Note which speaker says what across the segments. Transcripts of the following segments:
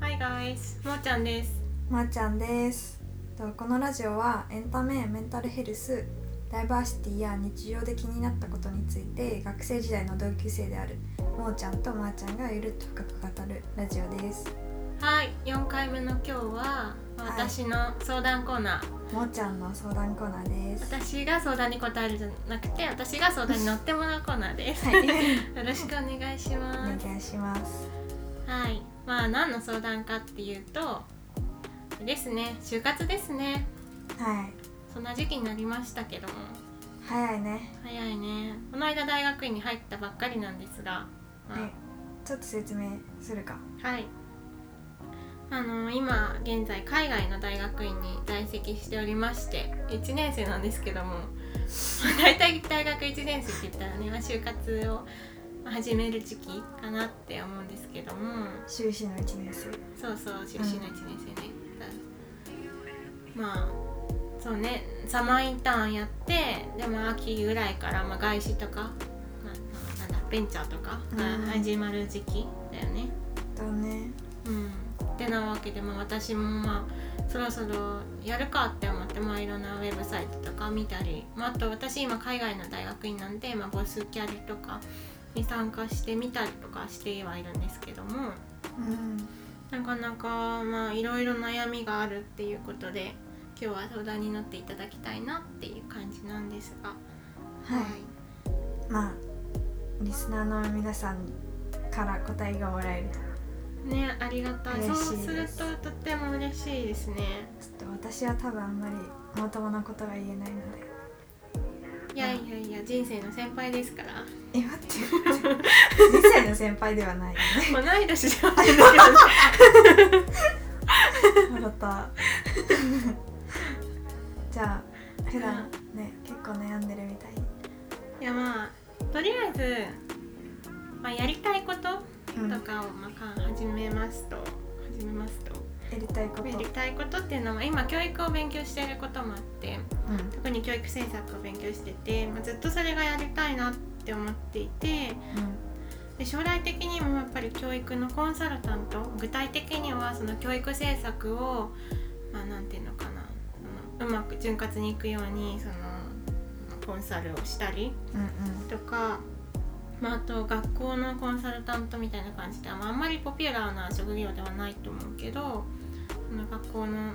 Speaker 1: ーイスもーちゃんです
Speaker 2: まー、ちゃんですとこのラジオはエンタメメンタルヘルスダイバーシティや日常で気になったことについて学生時代の同級生であるもーちゃんとまーちゃんがゆるっと深く語るラジオです
Speaker 1: はい4回目の今日は私の相談コーナー、
Speaker 2: もーちゃんの相談コーナーです
Speaker 1: 私が相談に答えるじゃなくて私が相談に乗ってもらうコーナーです、
Speaker 2: は
Speaker 1: よ
Speaker 2: い
Speaker 1: ろしくお願いし
Speaker 2: お
Speaker 1: ます
Speaker 2: 願いします
Speaker 1: はいまあ何の相談かっていうとですね就活ですね
Speaker 2: はい
Speaker 1: そんな時期になりましたけども
Speaker 2: 早いね
Speaker 1: 早いねこの間大学院に入ったばっかりなんですが、まあ
Speaker 2: はいちょっと説明するか
Speaker 1: はい。あの今現在海外の大学院に在籍しておりまして1年生なんですけども 大体大学1年生って言ったらねまあ就活をまあ始める時期かなって思うんですけども
Speaker 2: 修士の1年生
Speaker 1: そうそう修士の1年生ね、まあそうねサマーインターンやってでも秋ぐらいからまあ外資とか、まあ、なんだベンチャーとか
Speaker 2: うん
Speaker 1: が始まる時期だよね。
Speaker 2: だね
Speaker 1: うん、てなわけで、まあ、私もまあそろそろやるかって思って、まあ、いろんなウェブサイトとか見たり、まあ、あと私今海外の大学院なんで、まあ、ボスキャリとかに参加してみたりとかしてはいるんですけども
Speaker 2: うん
Speaker 1: なかなかまあいろいろ悩みがあるっていうことで今日は相談に乗っていただきたいなっていう感じなんですが。
Speaker 2: はいまあリスナーの皆さんから答えがもらえると
Speaker 1: ね、ありがたい
Speaker 2: 嬉
Speaker 1: そう
Speaker 2: しい
Speaker 1: する
Speaker 2: です
Speaker 1: ととても嬉しいですね
Speaker 2: ちょっと私は多分あんまりまともなことが言えないので
Speaker 1: いやいやいや人生の先輩ですから
Speaker 2: え待って待って2歳の先輩ではない よね
Speaker 1: 同い年じゃないですよね
Speaker 2: 笑 ったじゃあ普段ね結構悩んでるみたい
Speaker 1: いやまあとりあえず、まあ、やりたいこと
Speaker 2: うん
Speaker 1: とかをまあか始めますと始めますと
Speaker 2: やりたいこと
Speaker 1: やりたいことっていうのは今教育を勉強していることもあって
Speaker 2: うん
Speaker 1: 特に教育政策を勉強してて、まあ、ずっとそれがやりたいなって思っていてで将来的にもやっぱり教育のコンサルタント具体的にはその教育政策をまあなんていうのかなそのうまく潤滑にいくようにそのコンサルをしたり
Speaker 2: うん
Speaker 1: とか、まあ、あと学校のコンサルタントみたいな感じで、まあ、あんまりポピュラーな職業ではないと思うけどその学校のなん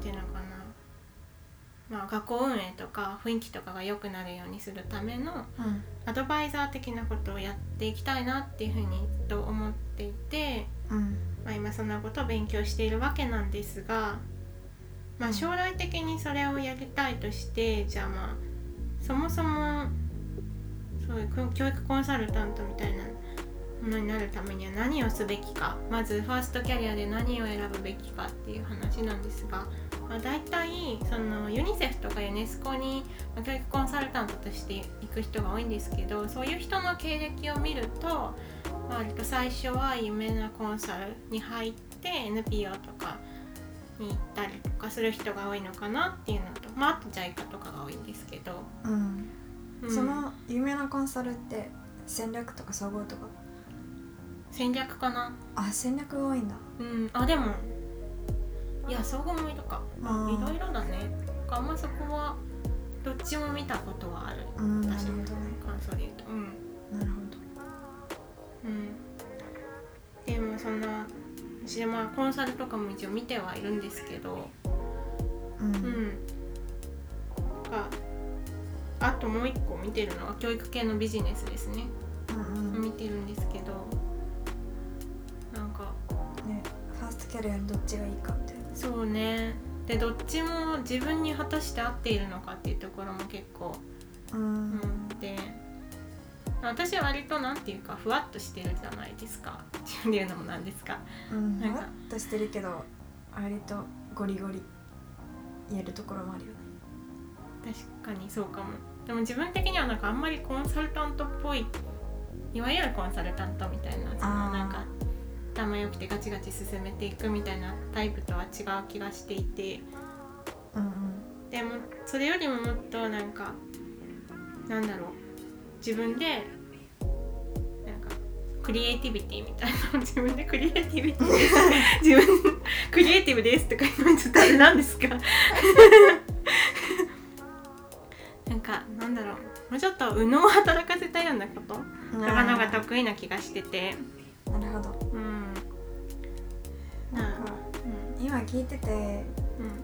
Speaker 1: ていうのかな、まあ、学校運営とか雰囲気とかが良くなるようにするための
Speaker 2: うんうん
Speaker 1: アドバイザー的なことをやっていきたいなっていうふうにと思っていて、
Speaker 2: うん
Speaker 1: まあ、今そんなことを勉強しているわけなんですが、まあ、将来的にそれをやりたいとしてじゃあまあそもそもそういうこ教育コンサルタントみたいなものになるためには何をすべきかまずファーストキャリアで何を選ぶべきかっていう話なんですが、まあ、大体そのユニセフとかユネスコにまあ教育コンサルタントとして行く人が多いんですけどそういう人の経歴を見ると、まあ、割と最初は有名なコンサルに入って NPO とかに行ったりとかする人が多いのかなっていうのとまああと JICA とかが多いんですけど、
Speaker 2: うん
Speaker 1: うん
Speaker 2: その有名なコンサルって戦略とか総合とか
Speaker 1: 戦略かな
Speaker 2: あ戦略が多いんだ
Speaker 1: うんあでもいや総合もいるか
Speaker 2: あ
Speaker 1: い
Speaker 2: ー
Speaker 1: ろいろだねあんまそこはどっちも見たことはある
Speaker 2: うんなる
Speaker 1: 私
Speaker 2: ほど
Speaker 1: の
Speaker 2: ね
Speaker 1: 感想で言うとうん
Speaker 2: なるほど
Speaker 1: うん、でもそんな私でまあコンサルとかも一応見てはいるんですけど
Speaker 2: うん
Speaker 1: うん、があともう一個見てるのは教育系のビジネスですね、
Speaker 2: うんうん
Speaker 1: 見てるんですけどなんか
Speaker 2: ねファーストキャリアにどっちがいいかみたいな
Speaker 1: そうねでどっちも自分に果たして合っているのかっていうところも結構
Speaker 2: う
Speaker 1: うんんで私は割となんていうかふわっとしてるじゃないですか自分で言うのもなんですか
Speaker 2: うん、
Speaker 1: なん
Speaker 2: ふ
Speaker 1: か
Speaker 2: わっとしてるけど割とゴリゴリ言えるところもあるよね
Speaker 1: 確かにそうかもでも自分的にはなんかあんまりコンサルタントっぽいいわゆるコンサルタントみたいなその
Speaker 2: あー
Speaker 1: なんか頭良くてガチガチ進めていくみたいなタイプとは違う気がしていて
Speaker 2: うん
Speaker 1: でもそれよりももっとなんかなんだろう自分でなんかクリエイティビティみたいなのを自分でクリエイティビ ティです自分でクリエイティブですって書いてもちょっとあれなんですか なんかなんだろうもうちょっと右脳を働かせたようなこと
Speaker 2: うん
Speaker 1: とかのが得意な気がしてて
Speaker 2: なるほど
Speaker 1: うん
Speaker 2: なんか
Speaker 1: う
Speaker 2: 今聞いてて
Speaker 1: ん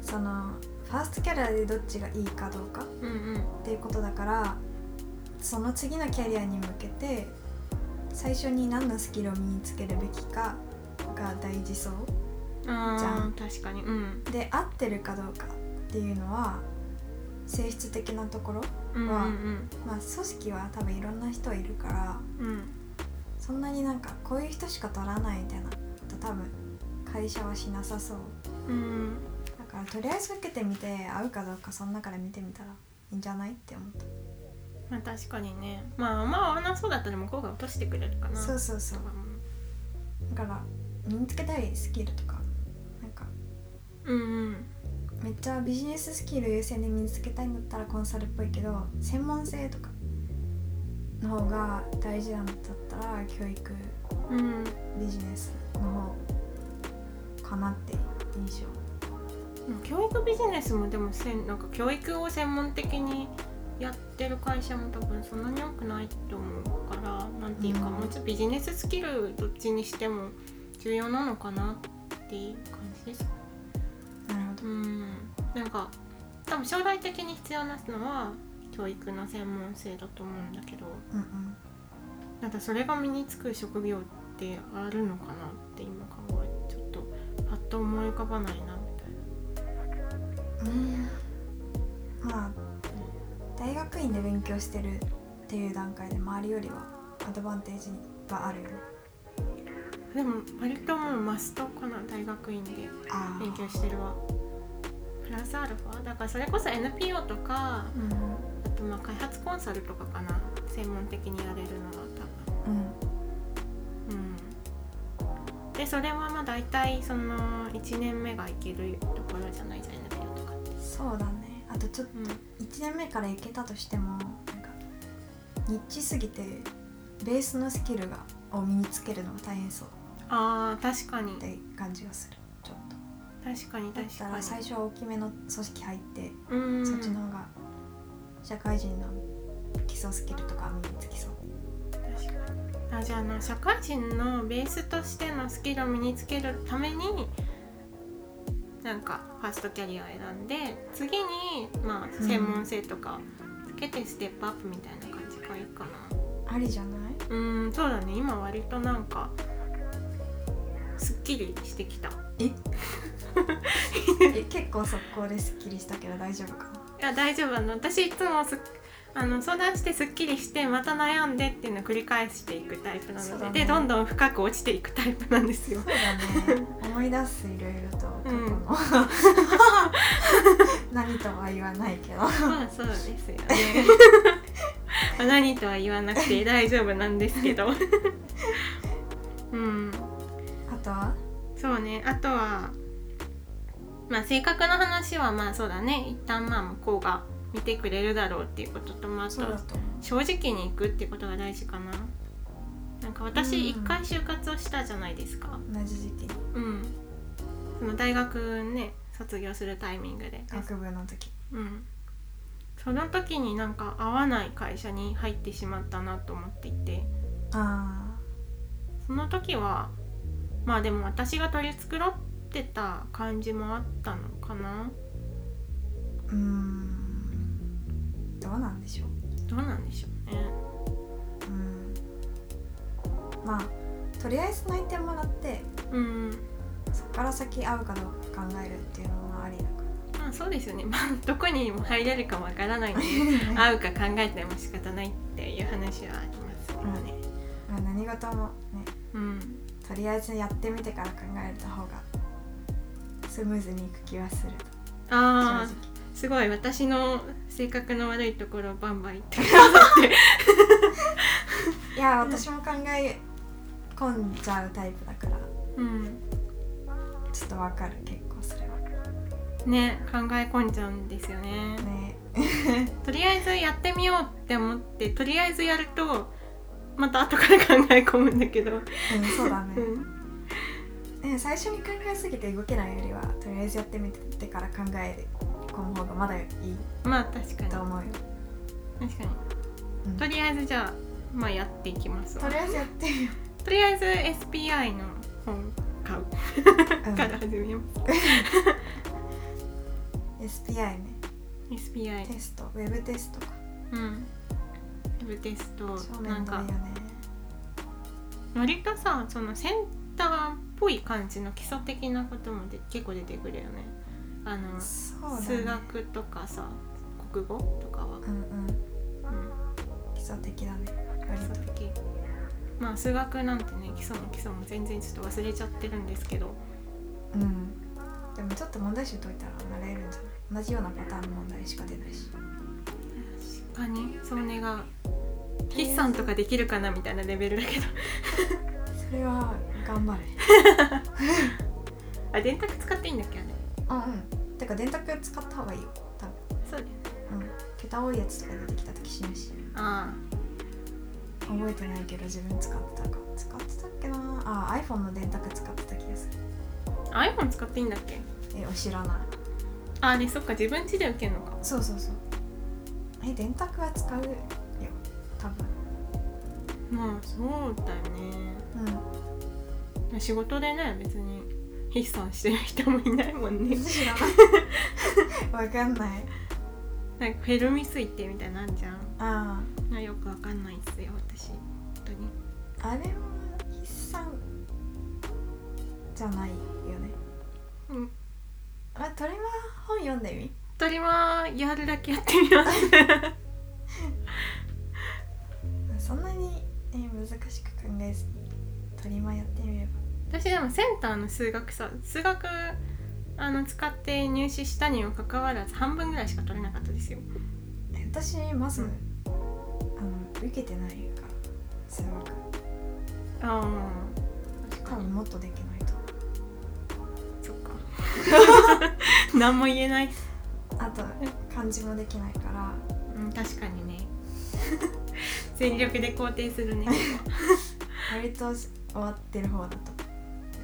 Speaker 2: そのファーストキャリアでどっちがいいかどうか
Speaker 1: うんうんうん
Speaker 2: っていうことだからその次のキャリアに向けて最初に何のスキルを身につけるべきかが大事そうじゃ
Speaker 1: あ
Speaker 2: ん
Speaker 1: ー確かにうん
Speaker 2: で合ってるかどうかっていうのは性質的なところ
Speaker 1: うんう
Speaker 2: まあ
Speaker 1: ん
Speaker 2: まあ組織は多分いろんな人いるから
Speaker 1: うんうん
Speaker 2: そんなになんかこういう人しか取らないみたいなこと多分会社はしなさそう
Speaker 1: うん
Speaker 2: だからとりあえず受けてみて合うかどうかその中で見てみたらいいんじゃないって思った、
Speaker 1: まあ確かにねまあまあ合わなそうだったら向こうが落としてくれるかな
Speaker 2: そうそうそうだから身につけたいスキルとかなんか
Speaker 1: うんうん
Speaker 2: めっちゃビジネススキル優先で身につけたいんだったらコンサルっぽいけど専門性とかの方が大事なんだったら教育
Speaker 1: うん
Speaker 2: ビジネスの方かなって印象
Speaker 1: 教育ビジネスもでもせんなんか教育を専門的にやってる会社も多分そんなに多くないと思うからなんていうか、
Speaker 2: うん
Speaker 1: もうちょっとビジネススキルどっちにしても重要なのかなっていう感じですか
Speaker 2: なるほど
Speaker 1: うんなんか多分将来的に必要なのは教育の専門性だと思うんだけど
Speaker 2: うんうん
Speaker 1: なんかそれが身につく職業ってあるのかなって今考えてちょっとパッと思い浮かばないなみたいな。
Speaker 2: まあ大学院で勉強してるっていう段階で周りよりはアドバンテージはあるよね
Speaker 1: でも割ともうマストかな大学院で
Speaker 2: あ
Speaker 1: 勉強してるわプラスアルファだからそれこそ NPO とか
Speaker 2: うん
Speaker 1: あとまあ開発コンサルとかかな専門的にやれるのは多
Speaker 2: うん
Speaker 1: 分うんでそれはまあ大体その1年目がいけるところじゃないじゃん NPO とかって
Speaker 2: そうだねあとちょっと
Speaker 1: うん
Speaker 2: 1年目から行けたとしてもなんかニッチすぎてベースのスキルがを身につけるのが大変そう
Speaker 1: あー確かに
Speaker 2: って感じがするちょっと
Speaker 1: 確かに
Speaker 2: だっ
Speaker 1: 確
Speaker 2: た
Speaker 1: からに
Speaker 2: 最初は大きめの組織入って、
Speaker 1: うん
Speaker 2: そっちの方が社会人の基礎スキルとか身につきそう
Speaker 1: 確かにあじゃあな社会人のベースとしてのスキルを身につけるためになんかファーストキャリアを選んで次にまあ
Speaker 2: うん
Speaker 1: 専門性とかつけてステップアップみたいな感じがいいかな
Speaker 2: ありじゃない
Speaker 1: うんそうだね今割となんかすっきりしてきたい
Speaker 2: え結構速攻ですっきりしたけど大丈夫かな
Speaker 1: や大丈夫あの私いつもすっあの相談してすっきりしてまた悩んでっていうのを繰り返していくタイプなの
Speaker 2: そう
Speaker 1: で、
Speaker 2: だね
Speaker 1: でどんどん深く落ちていくタイプなんですよ
Speaker 2: そうだね思い出すいろいろと過去の、
Speaker 1: うん
Speaker 2: 何とは言わないけど
Speaker 1: まあそうですよ ね。まあ何とは言わなくて大丈夫なんです けど。うん、
Speaker 2: あとは
Speaker 1: そうね。あとはまあ性格の話はまあそうだね。一旦まあ向こうが見てくれるだろうっていうこととまああと
Speaker 2: そうだと思う
Speaker 1: 正直に行くってことが大事かな。なんか
Speaker 2: うん
Speaker 1: 私一回就活をしたじゃないですか。
Speaker 2: 同じ時期に
Speaker 1: うん。その大学ね卒業するタイミングで。
Speaker 2: 学部の時
Speaker 1: うん、その時になんか合わない会社に入ってしまったなと思っていて
Speaker 2: あ
Speaker 1: その時はまあでも私が取り繕ってた感じもあったのかな
Speaker 2: あうーんどうなんでしょう
Speaker 1: どうなんでしょうね
Speaker 2: うーんまあとりあえず泣いてもらって
Speaker 1: うん
Speaker 2: そこから先合うかどうか考えるっていうのもありだか
Speaker 1: まあそうですよね、 まあ、どこにも入れるかわからないので
Speaker 2: ら
Speaker 1: 会うか考えても仕方ないっていう話はありますよね
Speaker 2: まあ何事もね
Speaker 1: うん
Speaker 2: とりあえずやってみてから考えた方がスムーズにいく気はする
Speaker 1: あ
Speaker 2: 正直
Speaker 1: あすごい私の性格の悪いところをバンバン言って
Speaker 2: いや私も考え込んじゃうタイプだから
Speaker 1: うん
Speaker 2: ちょっとわかる結構それは
Speaker 1: ね考え込んじゃうんですよね
Speaker 2: ね
Speaker 1: とりあえずやってみようって思ってとりあえずやるとまた後から考え込むんだけど、
Speaker 2: うん、 そうだね
Speaker 1: う、ん、
Speaker 2: ね最初に考えすぎて動けないよりはとりあえずやってみてから考え込む方がまだいい
Speaker 1: まあ確かに
Speaker 2: と思うよ、
Speaker 1: 確かに
Speaker 2: うん
Speaker 1: とりあえずじゃあまあやっていきますわ
Speaker 2: とりあえずやってみよ
Speaker 1: とりあえず SPI の本買う
Speaker 2: う、うん
Speaker 1: から始めます
Speaker 2: SPI ね
Speaker 1: SPI
Speaker 2: テストウェブテストか
Speaker 1: うんウェブテスト
Speaker 2: 正
Speaker 1: なん
Speaker 2: 面
Speaker 1: か
Speaker 2: 取りよね
Speaker 1: 割とさそのセンターっぽい感じの基礎的なこともで結構出てくるよねあの
Speaker 2: そうだね
Speaker 1: 数学とかさ国語とかは、
Speaker 2: うんうん
Speaker 1: うん、
Speaker 2: 基礎的だね割
Speaker 1: 基
Speaker 2: と
Speaker 1: 礎的まあ数学なんてね基礎も基礎も全然ちょっと忘れちゃってるんですけど
Speaker 2: うんでもちょっと問題集解いたら慣れるんじゃない同じようなパターンの問題しか出ないし
Speaker 1: 確かにそう願う筆算とかできるかなみたいなレベルだけど
Speaker 2: それは頑張れ
Speaker 1: あ電卓使っていいんだっけあれ
Speaker 2: うんうんてか電卓使った方がいいよ多分
Speaker 1: そうだよね
Speaker 2: うん桁多いやつとか出てきた時死ぬし
Speaker 1: あ
Speaker 2: 覚えてないけど自分使ってたか使ってたっけなあ iPhone の電卓使ってた気がする
Speaker 1: あ iPhone 使っていいんだっけ
Speaker 2: えお知らない
Speaker 1: あでそっか自分家で受けるのか
Speaker 2: そうそうそうえ電卓は使うよ多分
Speaker 1: まあそうだよね
Speaker 2: う
Speaker 1: 仕事でね別に筆算してる人もいないもん ね
Speaker 2: ん 知らないわかんない
Speaker 1: なんかフェルミ推定みたいなんじゃん
Speaker 2: あ
Speaker 1: なよくわかんないっすよ私本当に
Speaker 2: ああれも筆算じゃないよね
Speaker 1: うん
Speaker 2: あ鳥は本読んでみ
Speaker 1: 鳥はやるだけやってみます
Speaker 2: そんなに、え難しく考えずに鳥間やってみれば
Speaker 1: 私でもセンターの数学さ数学あの使って入試したにもかかわらず半分ぐらいしか取れなかったですよ
Speaker 2: え私まず、
Speaker 1: うん
Speaker 2: あの受けてないから数学
Speaker 1: ああ確
Speaker 2: 多
Speaker 1: か
Speaker 2: 分
Speaker 1: に
Speaker 2: もっとできないと思
Speaker 1: そっか 何も言えない、
Speaker 2: うあと漢字もできないから
Speaker 1: うん、確かにね 全力で肯定するね
Speaker 2: 割と終わってる方だと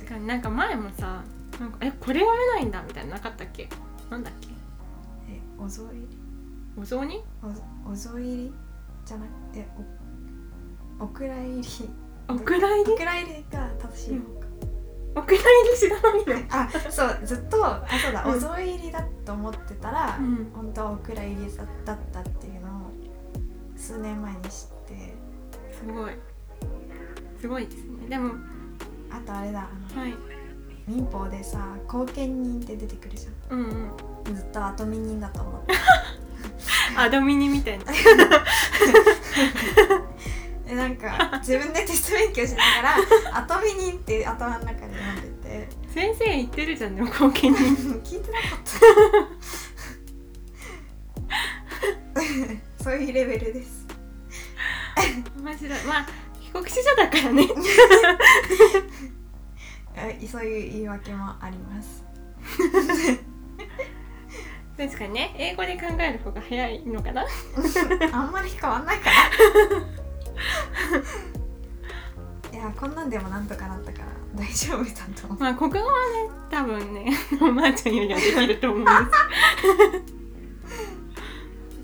Speaker 1: てかなんか前もさなんかえこれ読めないんだみたいなのなかったっけなんだっけ
Speaker 2: えおぞ入り
Speaker 1: お雑煮
Speaker 2: おおぞ入りじゃなくておお蔵入り
Speaker 1: お蔵入
Speaker 2: お
Speaker 1: り
Speaker 2: 蔵入りが正しい方か、
Speaker 1: お蔵入り知らないの
Speaker 2: あそうずっとあそうだ、
Speaker 1: うん
Speaker 2: おぞ入りだと思ってたら、
Speaker 1: うん
Speaker 2: 本当はお蔵入りだだったっていうのを数年前に知って
Speaker 1: すごいすごいですねでも
Speaker 2: あとあれだあの
Speaker 1: はい
Speaker 2: 民法でさ後見人って出てくるじゃ
Speaker 1: うんうん
Speaker 2: んずっと後見人だと思って
Speaker 1: アドミニみたいな
Speaker 2: えなんか自分でテスト勉強しながら後見人って頭の中で読んでて
Speaker 1: 先生言ってるじゃんでも後見 人
Speaker 2: 聞いてなかったそういうレベルです
Speaker 1: 面白いまあ帰国子女だからね
Speaker 2: えそういう言い訳もあります
Speaker 1: 確かにね英語で考える方が早いのかな
Speaker 2: あんまり変わんないかないやこんなんでもなんとかなったから大丈夫だと思う
Speaker 1: まあ国語はね多分ね おばあちゃんよりはできると思うんです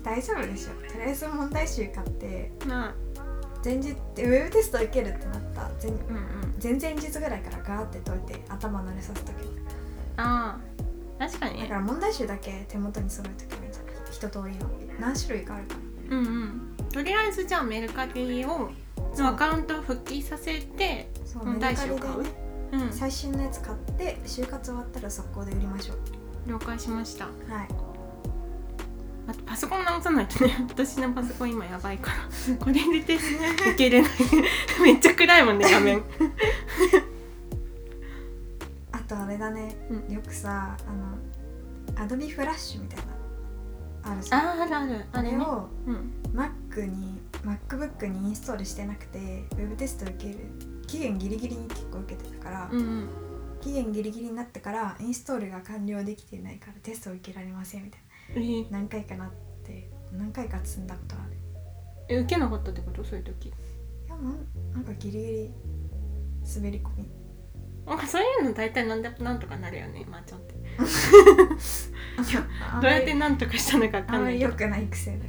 Speaker 2: 大丈夫でしょとりあえず問題集買って
Speaker 1: まあ
Speaker 2: 前日ってウェブテスト受けるってなった
Speaker 1: うんうん
Speaker 2: 前前々日ぐらいからガーって解いて頭慣れさせとけば
Speaker 1: ああ確かに
Speaker 2: だ
Speaker 1: ね
Speaker 2: から問題集だけ手元に揃えとけばいいんじゃない一通りの何種類かあるか
Speaker 1: うんうんとりあえずじゃあメルカリを
Speaker 2: そう
Speaker 1: のアカウントを復帰させて
Speaker 2: らそう
Speaker 1: 問題集
Speaker 2: メルカリでね
Speaker 1: うん
Speaker 2: 最新のやつ買って就活終わったら速攻で売りましょう
Speaker 1: 了解しました
Speaker 2: はい
Speaker 1: あとパソコン直さないとね 私のパソコン今やばい からこれでテスト受けれないめっちゃ暗いもんね画面
Speaker 2: あとあれだね、
Speaker 1: う
Speaker 2: よくさあのアドビフラッシュみたいなあるじゃん
Speaker 1: ああるあるあ
Speaker 2: あ
Speaker 1: れ
Speaker 2: れ
Speaker 1: ね
Speaker 2: を
Speaker 1: うん、
Speaker 2: Mac に MacBook にインストールしてなくてウェブテスト受ける期限ギリギリに結構受けてたから、
Speaker 1: うんうん、
Speaker 2: 期限ギリギリになってからインストールが完了できてないからテストを受けられませんみたい
Speaker 1: えー
Speaker 2: な何回かなって何回か積んだことある
Speaker 1: え受けなかったってことそういう時
Speaker 2: いや多分なんかギリギリ滑り込み
Speaker 1: なんかそういうの大体なんでなんとかなるよねまあちょっと
Speaker 2: あん
Speaker 1: どう
Speaker 2: ま
Speaker 1: やっ
Speaker 2: り
Speaker 1: てなんとかしたのかわ
Speaker 2: あ
Speaker 1: か
Speaker 2: ん
Speaker 1: ん
Speaker 2: ま
Speaker 1: ない
Speaker 2: り
Speaker 1: け
Speaker 2: 良
Speaker 1: ど
Speaker 2: くない癖 だ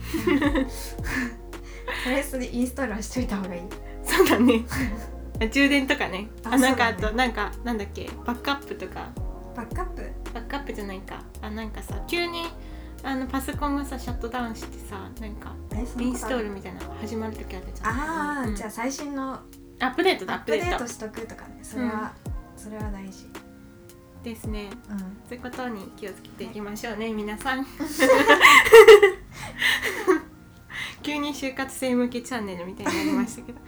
Speaker 2: とりあえずインストールはしといた方がいい
Speaker 1: そうだ ね充電とかね
Speaker 2: あ
Speaker 1: あなんかあ
Speaker 2: そうだ
Speaker 1: と
Speaker 2: ね
Speaker 1: なんかなんだっけバックアップとか
Speaker 2: バックアップ
Speaker 1: バックアップじゃないかあなんかさ急にあのパソコンがさシャットダウンしてさなんか
Speaker 2: えそん
Speaker 1: イ
Speaker 2: な
Speaker 1: ン
Speaker 2: こ
Speaker 1: ス
Speaker 2: とあ
Speaker 1: ト
Speaker 2: る
Speaker 1: ールみたいなの始まる時あるじゃん
Speaker 2: ああ、
Speaker 1: うん
Speaker 2: じゃあ最新の
Speaker 1: アップデート
Speaker 2: ア
Speaker 1: だア
Speaker 2: ッ
Speaker 1: ッ
Speaker 2: プ
Speaker 1: プ
Speaker 2: デ
Speaker 1: デ
Speaker 2: ー
Speaker 1: ー
Speaker 2: ト
Speaker 1: ト
Speaker 2: しとくとかねそれは、それは大事
Speaker 1: ですね
Speaker 2: うん
Speaker 1: そういうことに気をつけていきましょうね、皆さ ん急に就活生向けチャンネルみたいになりましたけど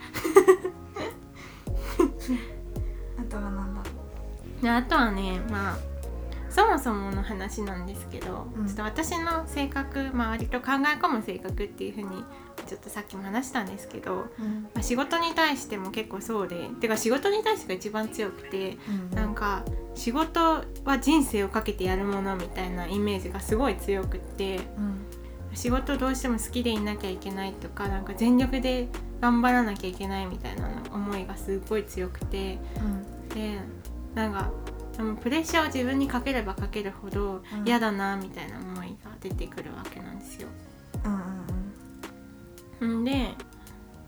Speaker 2: あとはなんだ
Speaker 1: で あとはねまあそもそもの話なんですけど、
Speaker 2: うん
Speaker 1: ちょっと私の性格、まあ、割と考え込む性格っていうふうにちょっとさっきも話したんですけど、ま
Speaker 2: うん
Speaker 1: あ、仕事に対しても結構そうでてか仕事に対してが一番強くて
Speaker 2: うん
Speaker 1: なんか仕事は人生をかけてやるものみたいなイメージがすごい強くって
Speaker 2: うん
Speaker 1: 仕事どうしても好きでいなきゃいけないとかなんか全力で頑張らなきゃいけないみたいな思いがすごい強くて。
Speaker 2: うん
Speaker 1: でなんかでもプレッシャーを自分にかければかけるほど
Speaker 2: うん
Speaker 1: 嫌だなみたいな思いが出てくるわけなんですよ。
Speaker 2: うんうん
Speaker 1: んで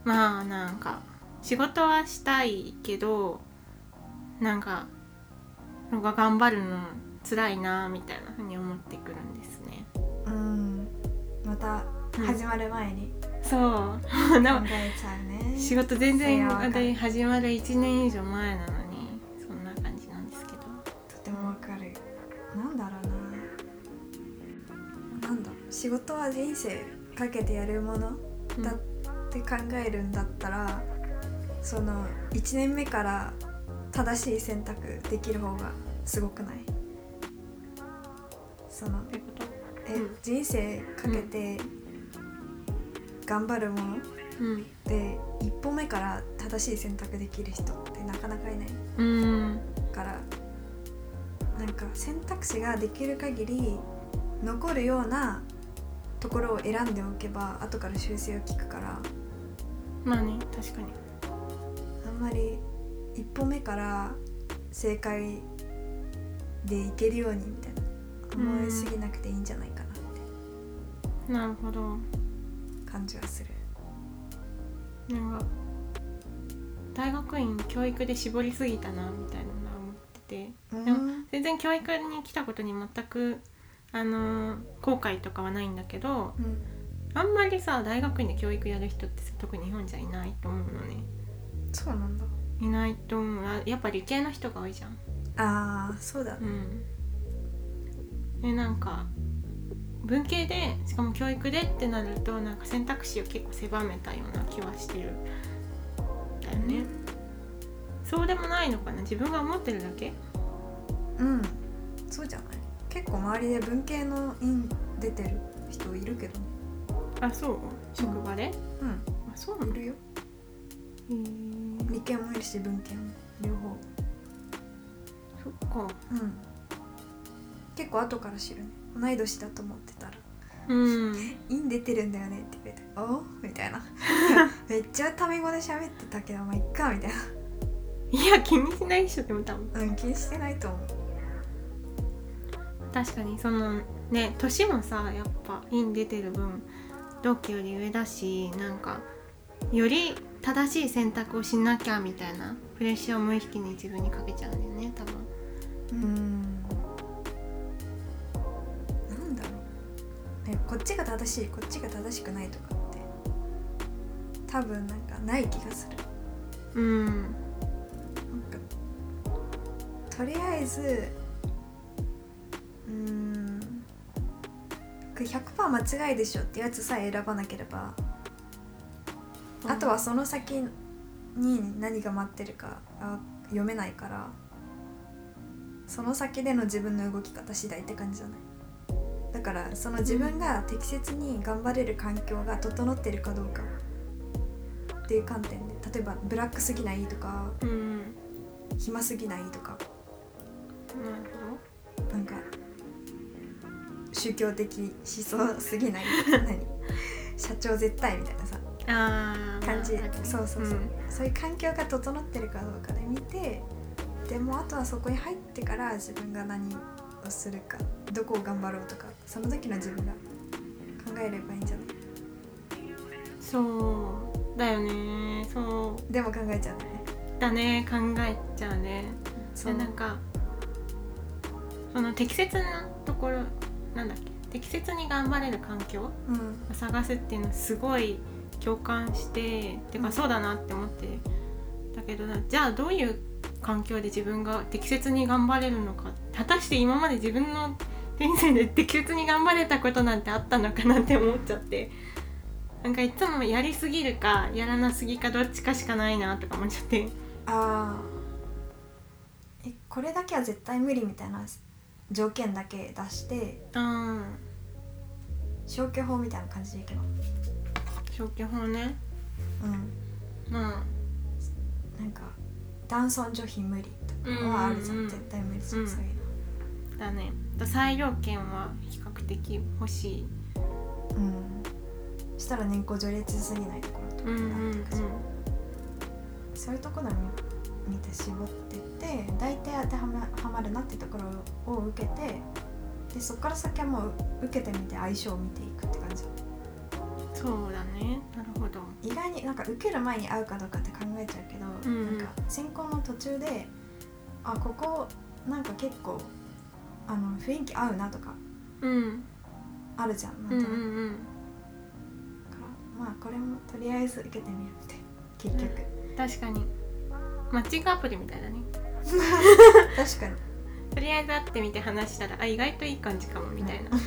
Speaker 1: まあなんか仕事はしたいけどなんかなんか頑張るの辛いなみたいなふうに思ってくるんですね。
Speaker 2: うんまた
Speaker 1: うん
Speaker 2: 始まる前に
Speaker 1: そう
Speaker 2: 考
Speaker 1: でも
Speaker 2: えちゃうね、
Speaker 1: 仕事全然
Speaker 2: それはわかる
Speaker 1: で始まる1年以上前なのにそんな感じなんですけど。
Speaker 2: とてもわかるなんだろうななんだ仕事は人生かけてやるもの
Speaker 1: うん
Speaker 2: だって考えるんだったら、その1年目から正しい選択できる方がすごくないその
Speaker 1: ってこと
Speaker 2: え、
Speaker 1: うん
Speaker 2: 人生かけて頑張るもの
Speaker 1: うん
Speaker 2: で一歩目から正しい選択できる人ってなかなかいないう
Speaker 1: ーん
Speaker 2: からなんか選択肢ができる限り残るようなところを選んでおけば後から修正を聞くから
Speaker 1: まあね確かに。
Speaker 2: あんまり一歩目から正解でいけるようにみたいな思いすぎなくていいんじゃないかなって
Speaker 1: なるほど
Speaker 2: 感じはする。
Speaker 1: なんか大学院教育で絞りすぎたなみたいなのは思ってて
Speaker 2: う
Speaker 1: でも
Speaker 2: ん
Speaker 1: 全然教育に来たことに全くあのー後悔とかはないんだけど
Speaker 2: うん
Speaker 1: あんまりさ大学院で教育やる人ってさ特に日本じゃいないと思うのね
Speaker 2: そうなんだ
Speaker 1: いないと思うあやっぱ理系の人が多いじゃん
Speaker 2: あーそうだ
Speaker 1: う
Speaker 2: ね
Speaker 1: んでなんか文系でしかも教育でってなるとなんか選択肢を結構狭めたような気はしてるんだよね、そうでもないのかな自分が思ってるだけ
Speaker 2: うんそうじゃない結構周りで文系の院出てる人いるけどね
Speaker 1: あそう職場で、
Speaker 2: う
Speaker 1: あそうなんん
Speaker 2: い
Speaker 1: だ
Speaker 2: るよ
Speaker 1: へー
Speaker 2: 理系もいるし文系も両方
Speaker 1: そっか
Speaker 2: うん結構後から知るね同い年だと思ってたら
Speaker 1: うん
Speaker 2: 「院出てるんだよね」って言われて「おみたい なめっちゃタメ語で喋ってたけどまあいっかみたい
Speaker 1: いや気にしないでしょでも多分
Speaker 2: なうん気にしてないと思う
Speaker 1: 確かにそのね年もさやっぱ院出てる分同期より上だしなんかより正しい選択をしなきゃみたいなプレッシャーを無意識に自分にかけちゃうんだよね多分
Speaker 2: うんなんだろう、ね、こっちが正しいこっちが正しくないとかって多分なんかない気がする
Speaker 1: うん
Speaker 2: なんかとりあえずうーんこれ100%間違いでしょってやつさえ選ばなければ、あとはその先に何が待ってるかあ読めないからその先での自分の動き方次第って感じじゃないだからその自分が適切に頑張れる環境が整ってるかどうかっていう観点で例えばブラックすぎないとか
Speaker 1: うん
Speaker 2: 暇すぎないとか
Speaker 1: なる
Speaker 2: なんか宗教的思想すぎないとか何社長絶対みたいなさ
Speaker 1: ほどあー
Speaker 2: 感じ、
Speaker 1: まああるね
Speaker 2: そうそうそう、
Speaker 1: ん
Speaker 2: そういう環境が整ってるかどうかで見てでもあとはそこに入ってから自分が何をするかどこを頑張ろうとかその時の自分が考えればいいんじゃない
Speaker 1: そうだよねそ
Speaker 2: でも考えちゃうんだね
Speaker 1: うだね考えちゃうね
Speaker 2: そ
Speaker 1: で
Speaker 2: う
Speaker 1: なんかその適切なところなんだっけ適切に頑張れる環境
Speaker 2: うん
Speaker 1: を探すっていうのすごい共感してて
Speaker 2: う
Speaker 1: か
Speaker 2: ん
Speaker 1: そうだなって思ってだけどなじゃあどういう環境で自分が適切に頑張れるのか果たして今まで自分の人生で適切に頑張れたことなんてあったのかなって思っちゃってなんかいつもやりすぎるかやらなすぎかどっちかしかないなとか思っちゃって
Speaker 2: あーえこれだけは絶対無理みたいな条件だけ出して
Speaker 1: うん
Speaker 2: 消去法みたいな感じでいくの
Speaker 1: 消去法ね
Speaker 2: うん
Speaker 1: まあ
Speaker 2: なんか男尊女卑無理とかはあるじゃ
Speaker 1: う
Speaker 2: ん、
Speaker 1: んうんうん
Speaker 2: 絶対無理じゃん、
Speaker 1: うん
Speaker 2: そういうの
Speaker 1: だねあと裁量権は比較的欲しい
Speaker 2: うんしたら年功序列すぎないところと
Speaker 1: う
Speaker 2: か
Speaker 1: んう
Speaker 2: に
Speaker 1: ん
Speaker 2: な
Speaker 1: う
Speaker 2: って
Speaker 1: ん
Speaker 2: くじゃんそういうところを見見て絞ってって大体当てはまはまるなってところを受けてでそこから先はもう受けてみて相性を見ていくって感じ
Speaker 1: そうだねなるほど
Speaker 2: 意外になんか受ける前に合うかどうかって考えちゃうけど、
Speaker 1: うんうん
Speaker 2: なんか選考の途中であここなんか結構あの雰囲気合うなとか
Speaker 1: うん
Speaker 2: あるじゃんなん
Speaker 1: う
Speaker 2: と
Speaker 1: んうう
Speaker 2: なんく
Speaker 1: ん
Speaker 2: だからまあこれもとりあえず受けてみるって結局、
Speaker 1: 確かにマッチングアプリみたいだね
Speaker 2: 確かに
Speaker 1: とりあえず会ってみて話したらあ意外といい感じかもみたいな
Speaker 2: なんか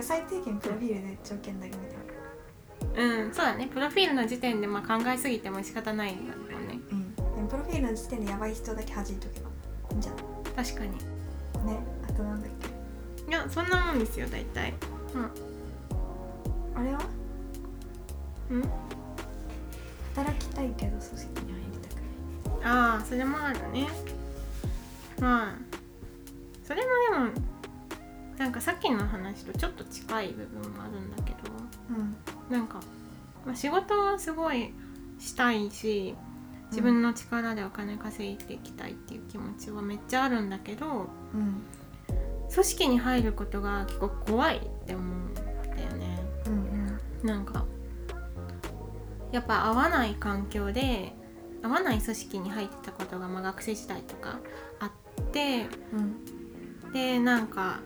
Speaker 2: 最低限プロフィールで条件だけ見てみる
Speaker 1: うんそうだねプロフィールの時点でまあ考えすぎても仕方ないんだもんね
Speaker 2: うんでもプロフィールの時点でやばい人だけ弾いとけばいいんじゃない
Speaker 1: 確かに
Speaker 2: ねあとなんだっけ
Speaker 1: いやそんなもんですよ大体
Speaker 2: あれは
Speaker 1: うん
Speaker 2: 働きたいけど組織には入りたくない
Speaker 1: ああそれもあるねまあそれもでもなんかさっきの話とちょっと近い部分もあるんだけど
Speaker 2: うん
Speaker 1: なんか、まあ、仕事はすごいしたいし自分の力でお金稼いでいきたいっていう気持ちはめっちゃあるんだけど
Speaker 2: うん
Speaker 1: 組織に入ることが結構怖いって思うんだよね。
Speaker 2: うん
Speaker 1: なんかやっぱ合わない環境で合わない組織に入ってたことが、まあ、学生時代とかあって
Speaker 2: うんうん
Speaker 1: でなんか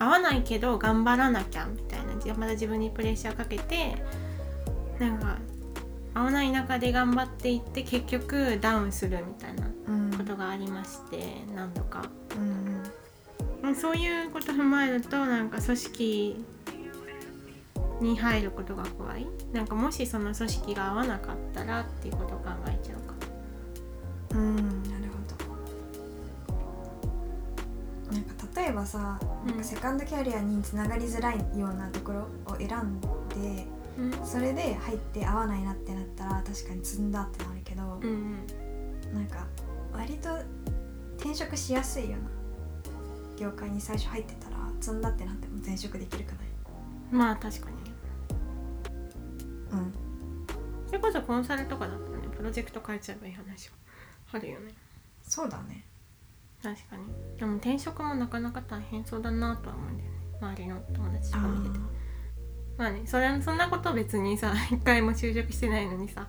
Speaker 1: 合わないけど頑張らなきゃみたいなじまだ自分にプレッシャーかけてなんか合わない中で頑張っていって結局ダウンするみたいな
Speaker 2: うん
Speaker 1: ことがありまして何度か
Speaker 2: うん
Speaker 1: まあそういうこと踏まえるとなんか組織に入ることが怖いなんかもしその組織が合わなかったらっていうことを考えちゃうか
Speaker 2: うんうんなるほどなんか例えばさなんかセカンドキャリアにつながりづらいようなところを選んで
Speaker 1: うん
Speaker 2: それで入って合わないなってなったら確かに積んだってなるけど、
Speaker 1: うん
Speaker 2: なんか割と転職しやすいような業界に最初入ってたら積んだってなっても転職できるかない
Speaker 1: まあ確かにね
Speaker 2: うん
Speaker 1: それこそコンサルとかだったらねプロジェクト変えちゃえばいい話はあるよね
Speaker 2: そうだね
Speaker 1: 確かにでも転職もなかなか大変そうだなとは思うんだよね周りの友達とか見ててまあねそれそんなこと別にさ 一回も就職してないのにさ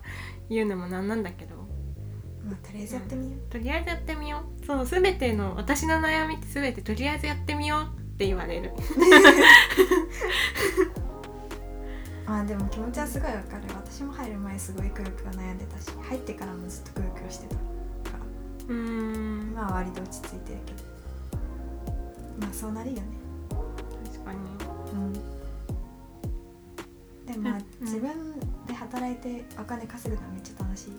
Speaker 1: 言うのもなんなんだけど
Speaker 2: まあとりあえずやってみよ
Speaker 1: とりあえずやってみようそう全ての私の悩みって全てとりあえずやってみようって言われる
Speaker 2: う、まあでも気持ちはすごいわかる私も入る前すごいくよくよ悩んでたし入ってからもずっとくよくよしてたから
Speaker 1: うーん
Speaker 2: 今は割と落ち着いてるけどまあそうなるよね
Speaker 1: 確かに
Speaker 2: うんでもまあ
Speaker 1: うん
Speaker 2: 自分で働いてお金稼ぐのはめっちゃ楽しい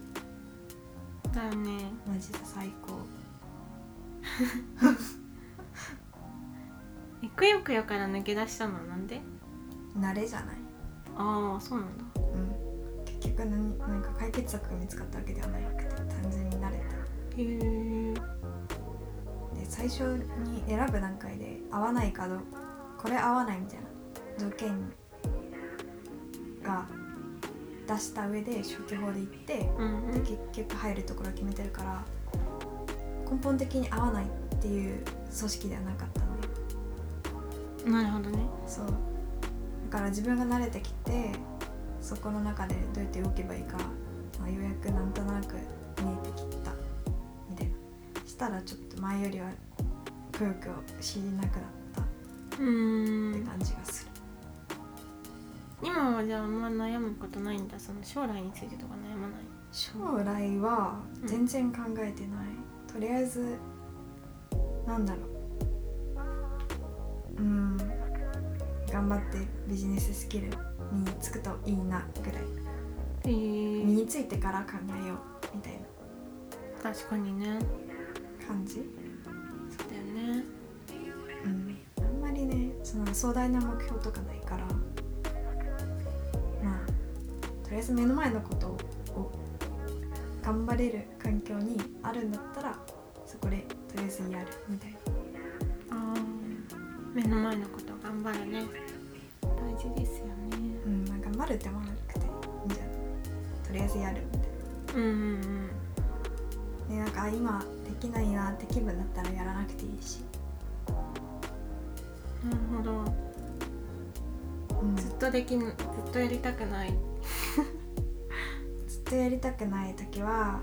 Speaker 1: だよね
Speaker 2: マジで最高
Speaker 1: えくよくよから抜け出したのはなんで
Speaker 2: 慣れじゃない、
Speaker 1: ああそうなんだ
Speaker 2: うん、結局何なんか解決策が見つかったわけではなくて単純に慣
Speaker 1: へ
Speaker 2: れた
Speaker 1: え
Speaker 2: で最初に選ぶ段階で合わないかどうこれ合わないみたいな条件が出した上で消去法で行って
Speaker 1: うんうん
Speaker 2: 結局入るところを決めてるから根本的に合わないっていう組織ではなかったのね
Speaker 1: なるほどね
Speaker 2: そうだから自分が慣れてきてそこの中でどうやって動けばいいか、まあ、ようやくなんとなく見えてきたみたいなしたらちょっと前よりはくよくよしなくなったっ
Speaker 1: う
Speaker 2: て
Speaker 1: ん
Speaker 2: 感じがする、
Speaker 1: 今はじゃああんま悩むことないんだその将来についてとか悩まない
Speaker 2: 将来は全然考えてない、とりあえずなんだろううん頑張ってビジネススキル身につくといいなぐらい
Speaker 1: え
Speaker 2: 身
Speaker 1: ー、
Speaker 2: についてから考えようみたいな
Speaker 1: 確かにね
Speaker 2: 感じ、
Speaker 1: そうだよね
Speaker 2: うん、あんまりねその壮大な目標とかないからまあとりあえず目の前のことを頑張れる環境にあるんだったらそこでとりあえずやるみたいな
Speaker 1: あー目の前のこと頑張るね大事ですよね
Speaker 2: うんまあ頑張るって思わなくていいんじゃないとりあえずやるみた
Speaker 1: う
Speaker 2: い
Speaker 1: んうん
Speaker 2: なでなんかあ今できないなって気分だったらやらなくていいし、
Speaker 1: うんなるほど
Speaker 2: うん、
Speaker 1: ずっとできんずっとやりたくない
Speaker 2: ずっとやりたくない時は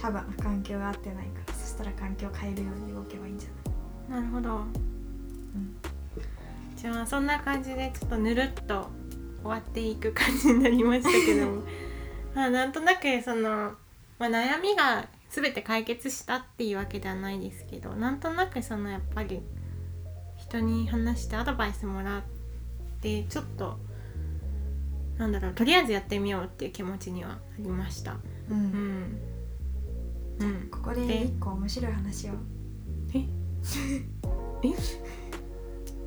Speaker 2: 多分環境が合ってないからそしたら環境を変えるように動けばいいんじゃない
Speaker 1: なるほどじゃあそんな感じでちょっとぬるっと終わっていく感じになりましたけど もまあなんとなくその、まあ、悩みが全て解決したっていうわけではないですけどなんとなくそのやっぱり人に話してアドバイスもらってちょっとなんだろうとりあえずやってみようっていう気持ちにはなりました。
Speaker 2: う、
Speaker 1: うんん、うん、
Speaker 2: ここで一個面白い話を
Speaker 1: ええ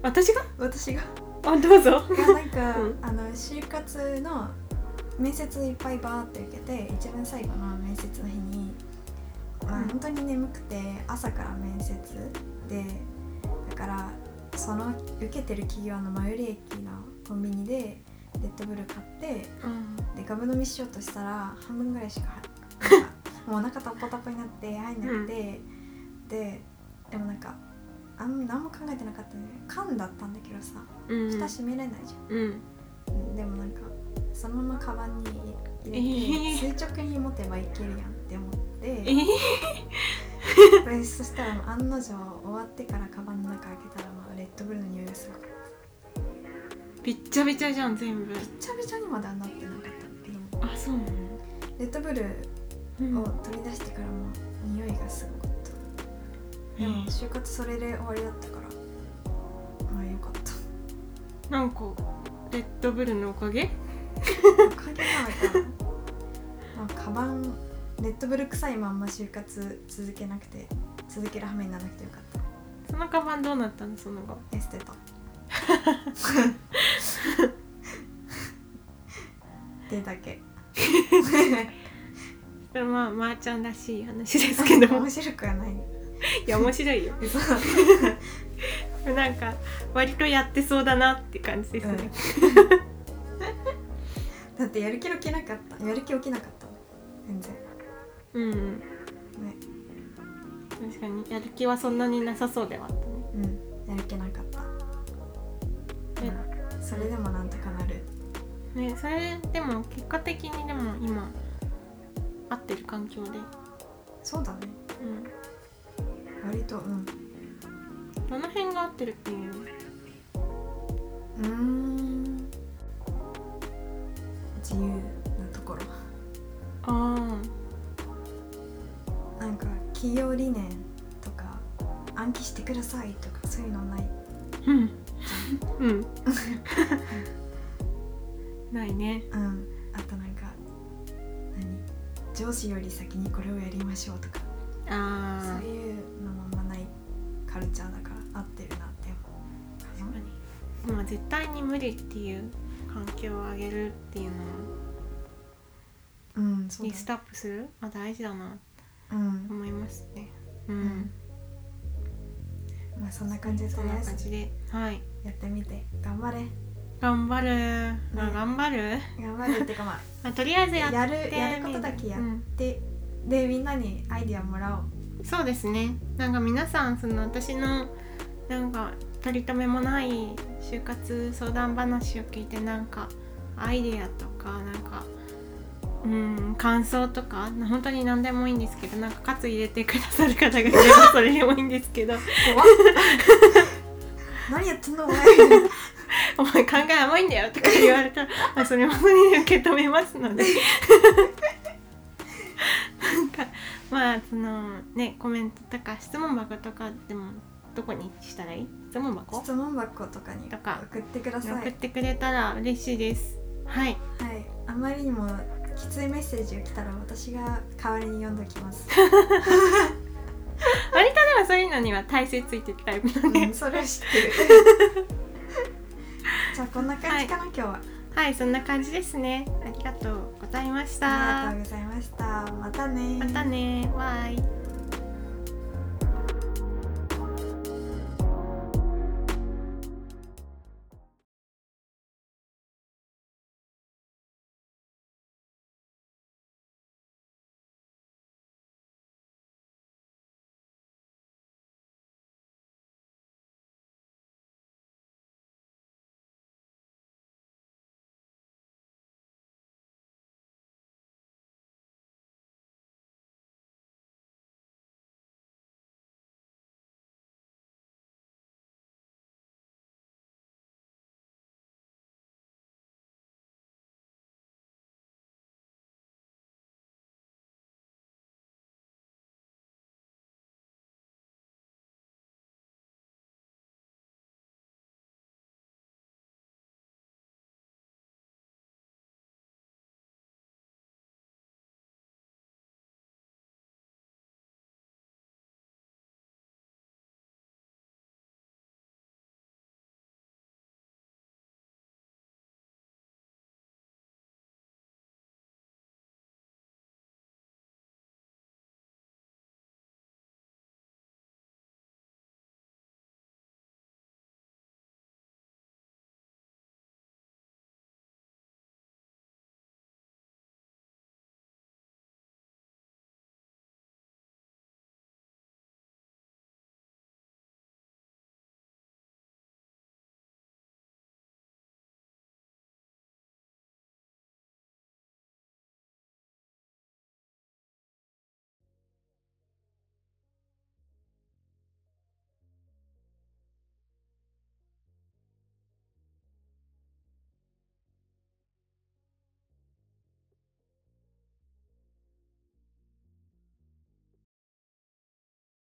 Speaker 1: 私が
Speaker 2: 私が
Speaker 1: あどうぞ
Speaker 2: いやなん か、
Speaker 1: うん
Speaker 2: あの就活の面接いっぱいバーって受けて一番最後の面接の日に、まあ
Speaker 1: うん
Speaker 2: 本当に眠くて朝から面接でだからその受けてる企業の最寄り駅のコンビニでレッドブル買って
Speaker 1: うん
Speaker 2: でガブ飲みしようとしたら半分ぐらいし かなんかもうお腹タポタポになって入んなくて、ででもなんかあん何も考えてなかったね缶だったんだけどさ
Speaker 1: うん
Speaker 2: 蓋閉めれないじ
Speaker 1: うん
Speaker 2: ゃん、うんでもなんかそのままカバンに入
Speaker 1: え
Speaker 2: れて、
Speaker 1: ー
Speaker 2: 垂直に持てばいけるやんって思っ
Speaker 1: え
Speaker 2: て
Speaker 1: ー、
Speaker 2: でそしたら案の定終わってからカバンの中開けたら、まあ、レッドブルの匂いがすごくて
Speaker 1: びっちゃびちゃじゃん全部
Speaker 2: びちゃびちゃにまではなってなかったんだけど
Speaker 1: あそうなの、
Speaker 2: レッドブル
Speaker 1: うん
Speaker 2: を取り出してからも匂いがすごかった。
Speaker 1: え
Speaker 2: でも
Speaker 1: ー
Speaker 2: 就活それで終わりだったからまあよかっ た
Speaker 1: なんかレッドブルのおかげ
Speaker 2: おかげなのかなまあカバンレッドブル臭いまんま就活続けなくて続ける羽目にならなくてよかっ
Speaker 1: そのカバンどうなったのその後
Speaker 2: たエ捨て たでだ け
Speaker 1: それまあまー、ちゃんらし い話ですけども
Speaker 2: 面白くはない
Speaker 1: いや面白いよ
Speaker 2: 嘘
Speaker 1: なんか割とやってそうだなって感じですね、
Speaker 2: だってやる気起きなかったやる気起きなかった全然
Speaker 1: うん、うん、
Speaker 2: ね
Speaker 1: 確かにやる気はそんなになさそうではあったね
Speaker 2: うんやる気なかった
Speaker 1: ね
Speaker 2: うんそれでもなんとかなる
Speaker 1: ねそれでも結果的にでも今合ってる環境で、
Speaker 2: そうだね
Speaker 1: うん、
Speaker 2: 割とうん
Speaker 1: どの辺が合ってるっていう
Speaker 2: うーん自由なところ
Speaker 1: ああ
Speaker 2: なんか企業理念とか暗記してくださいとかそういうのない
Speaker 1: うん。うん。 ないね。
Speaker 2: うんあとなんか何上司より先にこれをやりましょうとかそ
Speaker 1: あ
Speaker 2: ういうのもあんまないカルチャーだから合ってるなって思
Speaker 1: 確
Speaker 2: う
Speaker 1: かに。まあ絶対に無理っていう環境を上げるっていうの
Speaker 2: うんそ
Speaker 1: を
Speaker 2: う
Speaker 1: リ
Speaker 2: だ、ね
Speaker 1: ス、トアップする、まあ大事だな
Speaker 2: うん
Speaker 1: と思いますね。う
Speaker 2: うんん。まあそんな感じで
Speaker 1: そ
Speaker 2: と
Speaker 1: ん
Speaker 2: りあ
Speaker 1: な
Speaker 2: え
Speaker 1: 感
Speaker 2: ず
Speaker 1: じで、はい。
Speaker 2: やってみて頑張れ
Speaker 1: 頑張る、まあ
Speaker 2: ね
Speaker 1: 頑張る、
Speaker 2: 頑張るっていうかまあ
Speaker 1: まあ、とりあえずやって
Speaker 2: やるやることだけや
Speaker 1: う
Speaker 2: っ
Speaker 1: ん
Speaker 2: て、でみんなにアイディアもらおう
Speaker 1: そうですねなんか皆さんその私のなんか取り留めもない就活相談話を聞いてなんかアイデアとかなんかうん感想とか本当に何でもいいんですけどなんか活入れてくださる方がいればそれでもいいんですけど
Speaker 2: 怖っ 何やってんのお前は
Speaker 1: 「お前考え甘いんだよ」とか言われ たらまあそれもそれで受け止めますのでなんかまあそのねコメントとか質問箱とかでもどこにしたらいい質問箱
Speaker 2: 質問箱とかに
Speaker 1: とか
Speaker 2: 送ってくださいは
Speaker 1: 送っ
Speaker 2: い
Speaker 1: てくれたら嬉しいです。 はい、
Speaker 2: あまりにもきついメッセージが来たら私が代わりに読んどき ます、
Speaker 1: 割とでもそういうのには体勢ついてるタイプな
Speaker 2: うん
Speaker 1: で、
Speaker 2: ん、それは知ってる じゃあこんな感じかな、今日は
Speaker 1: はい、そんな感じですね。ありがとうございまし
Speaker 2: あり
Speaker 1: た
Speaker 2: がと。うございましたまたね
Speaker 1: またね、バイ。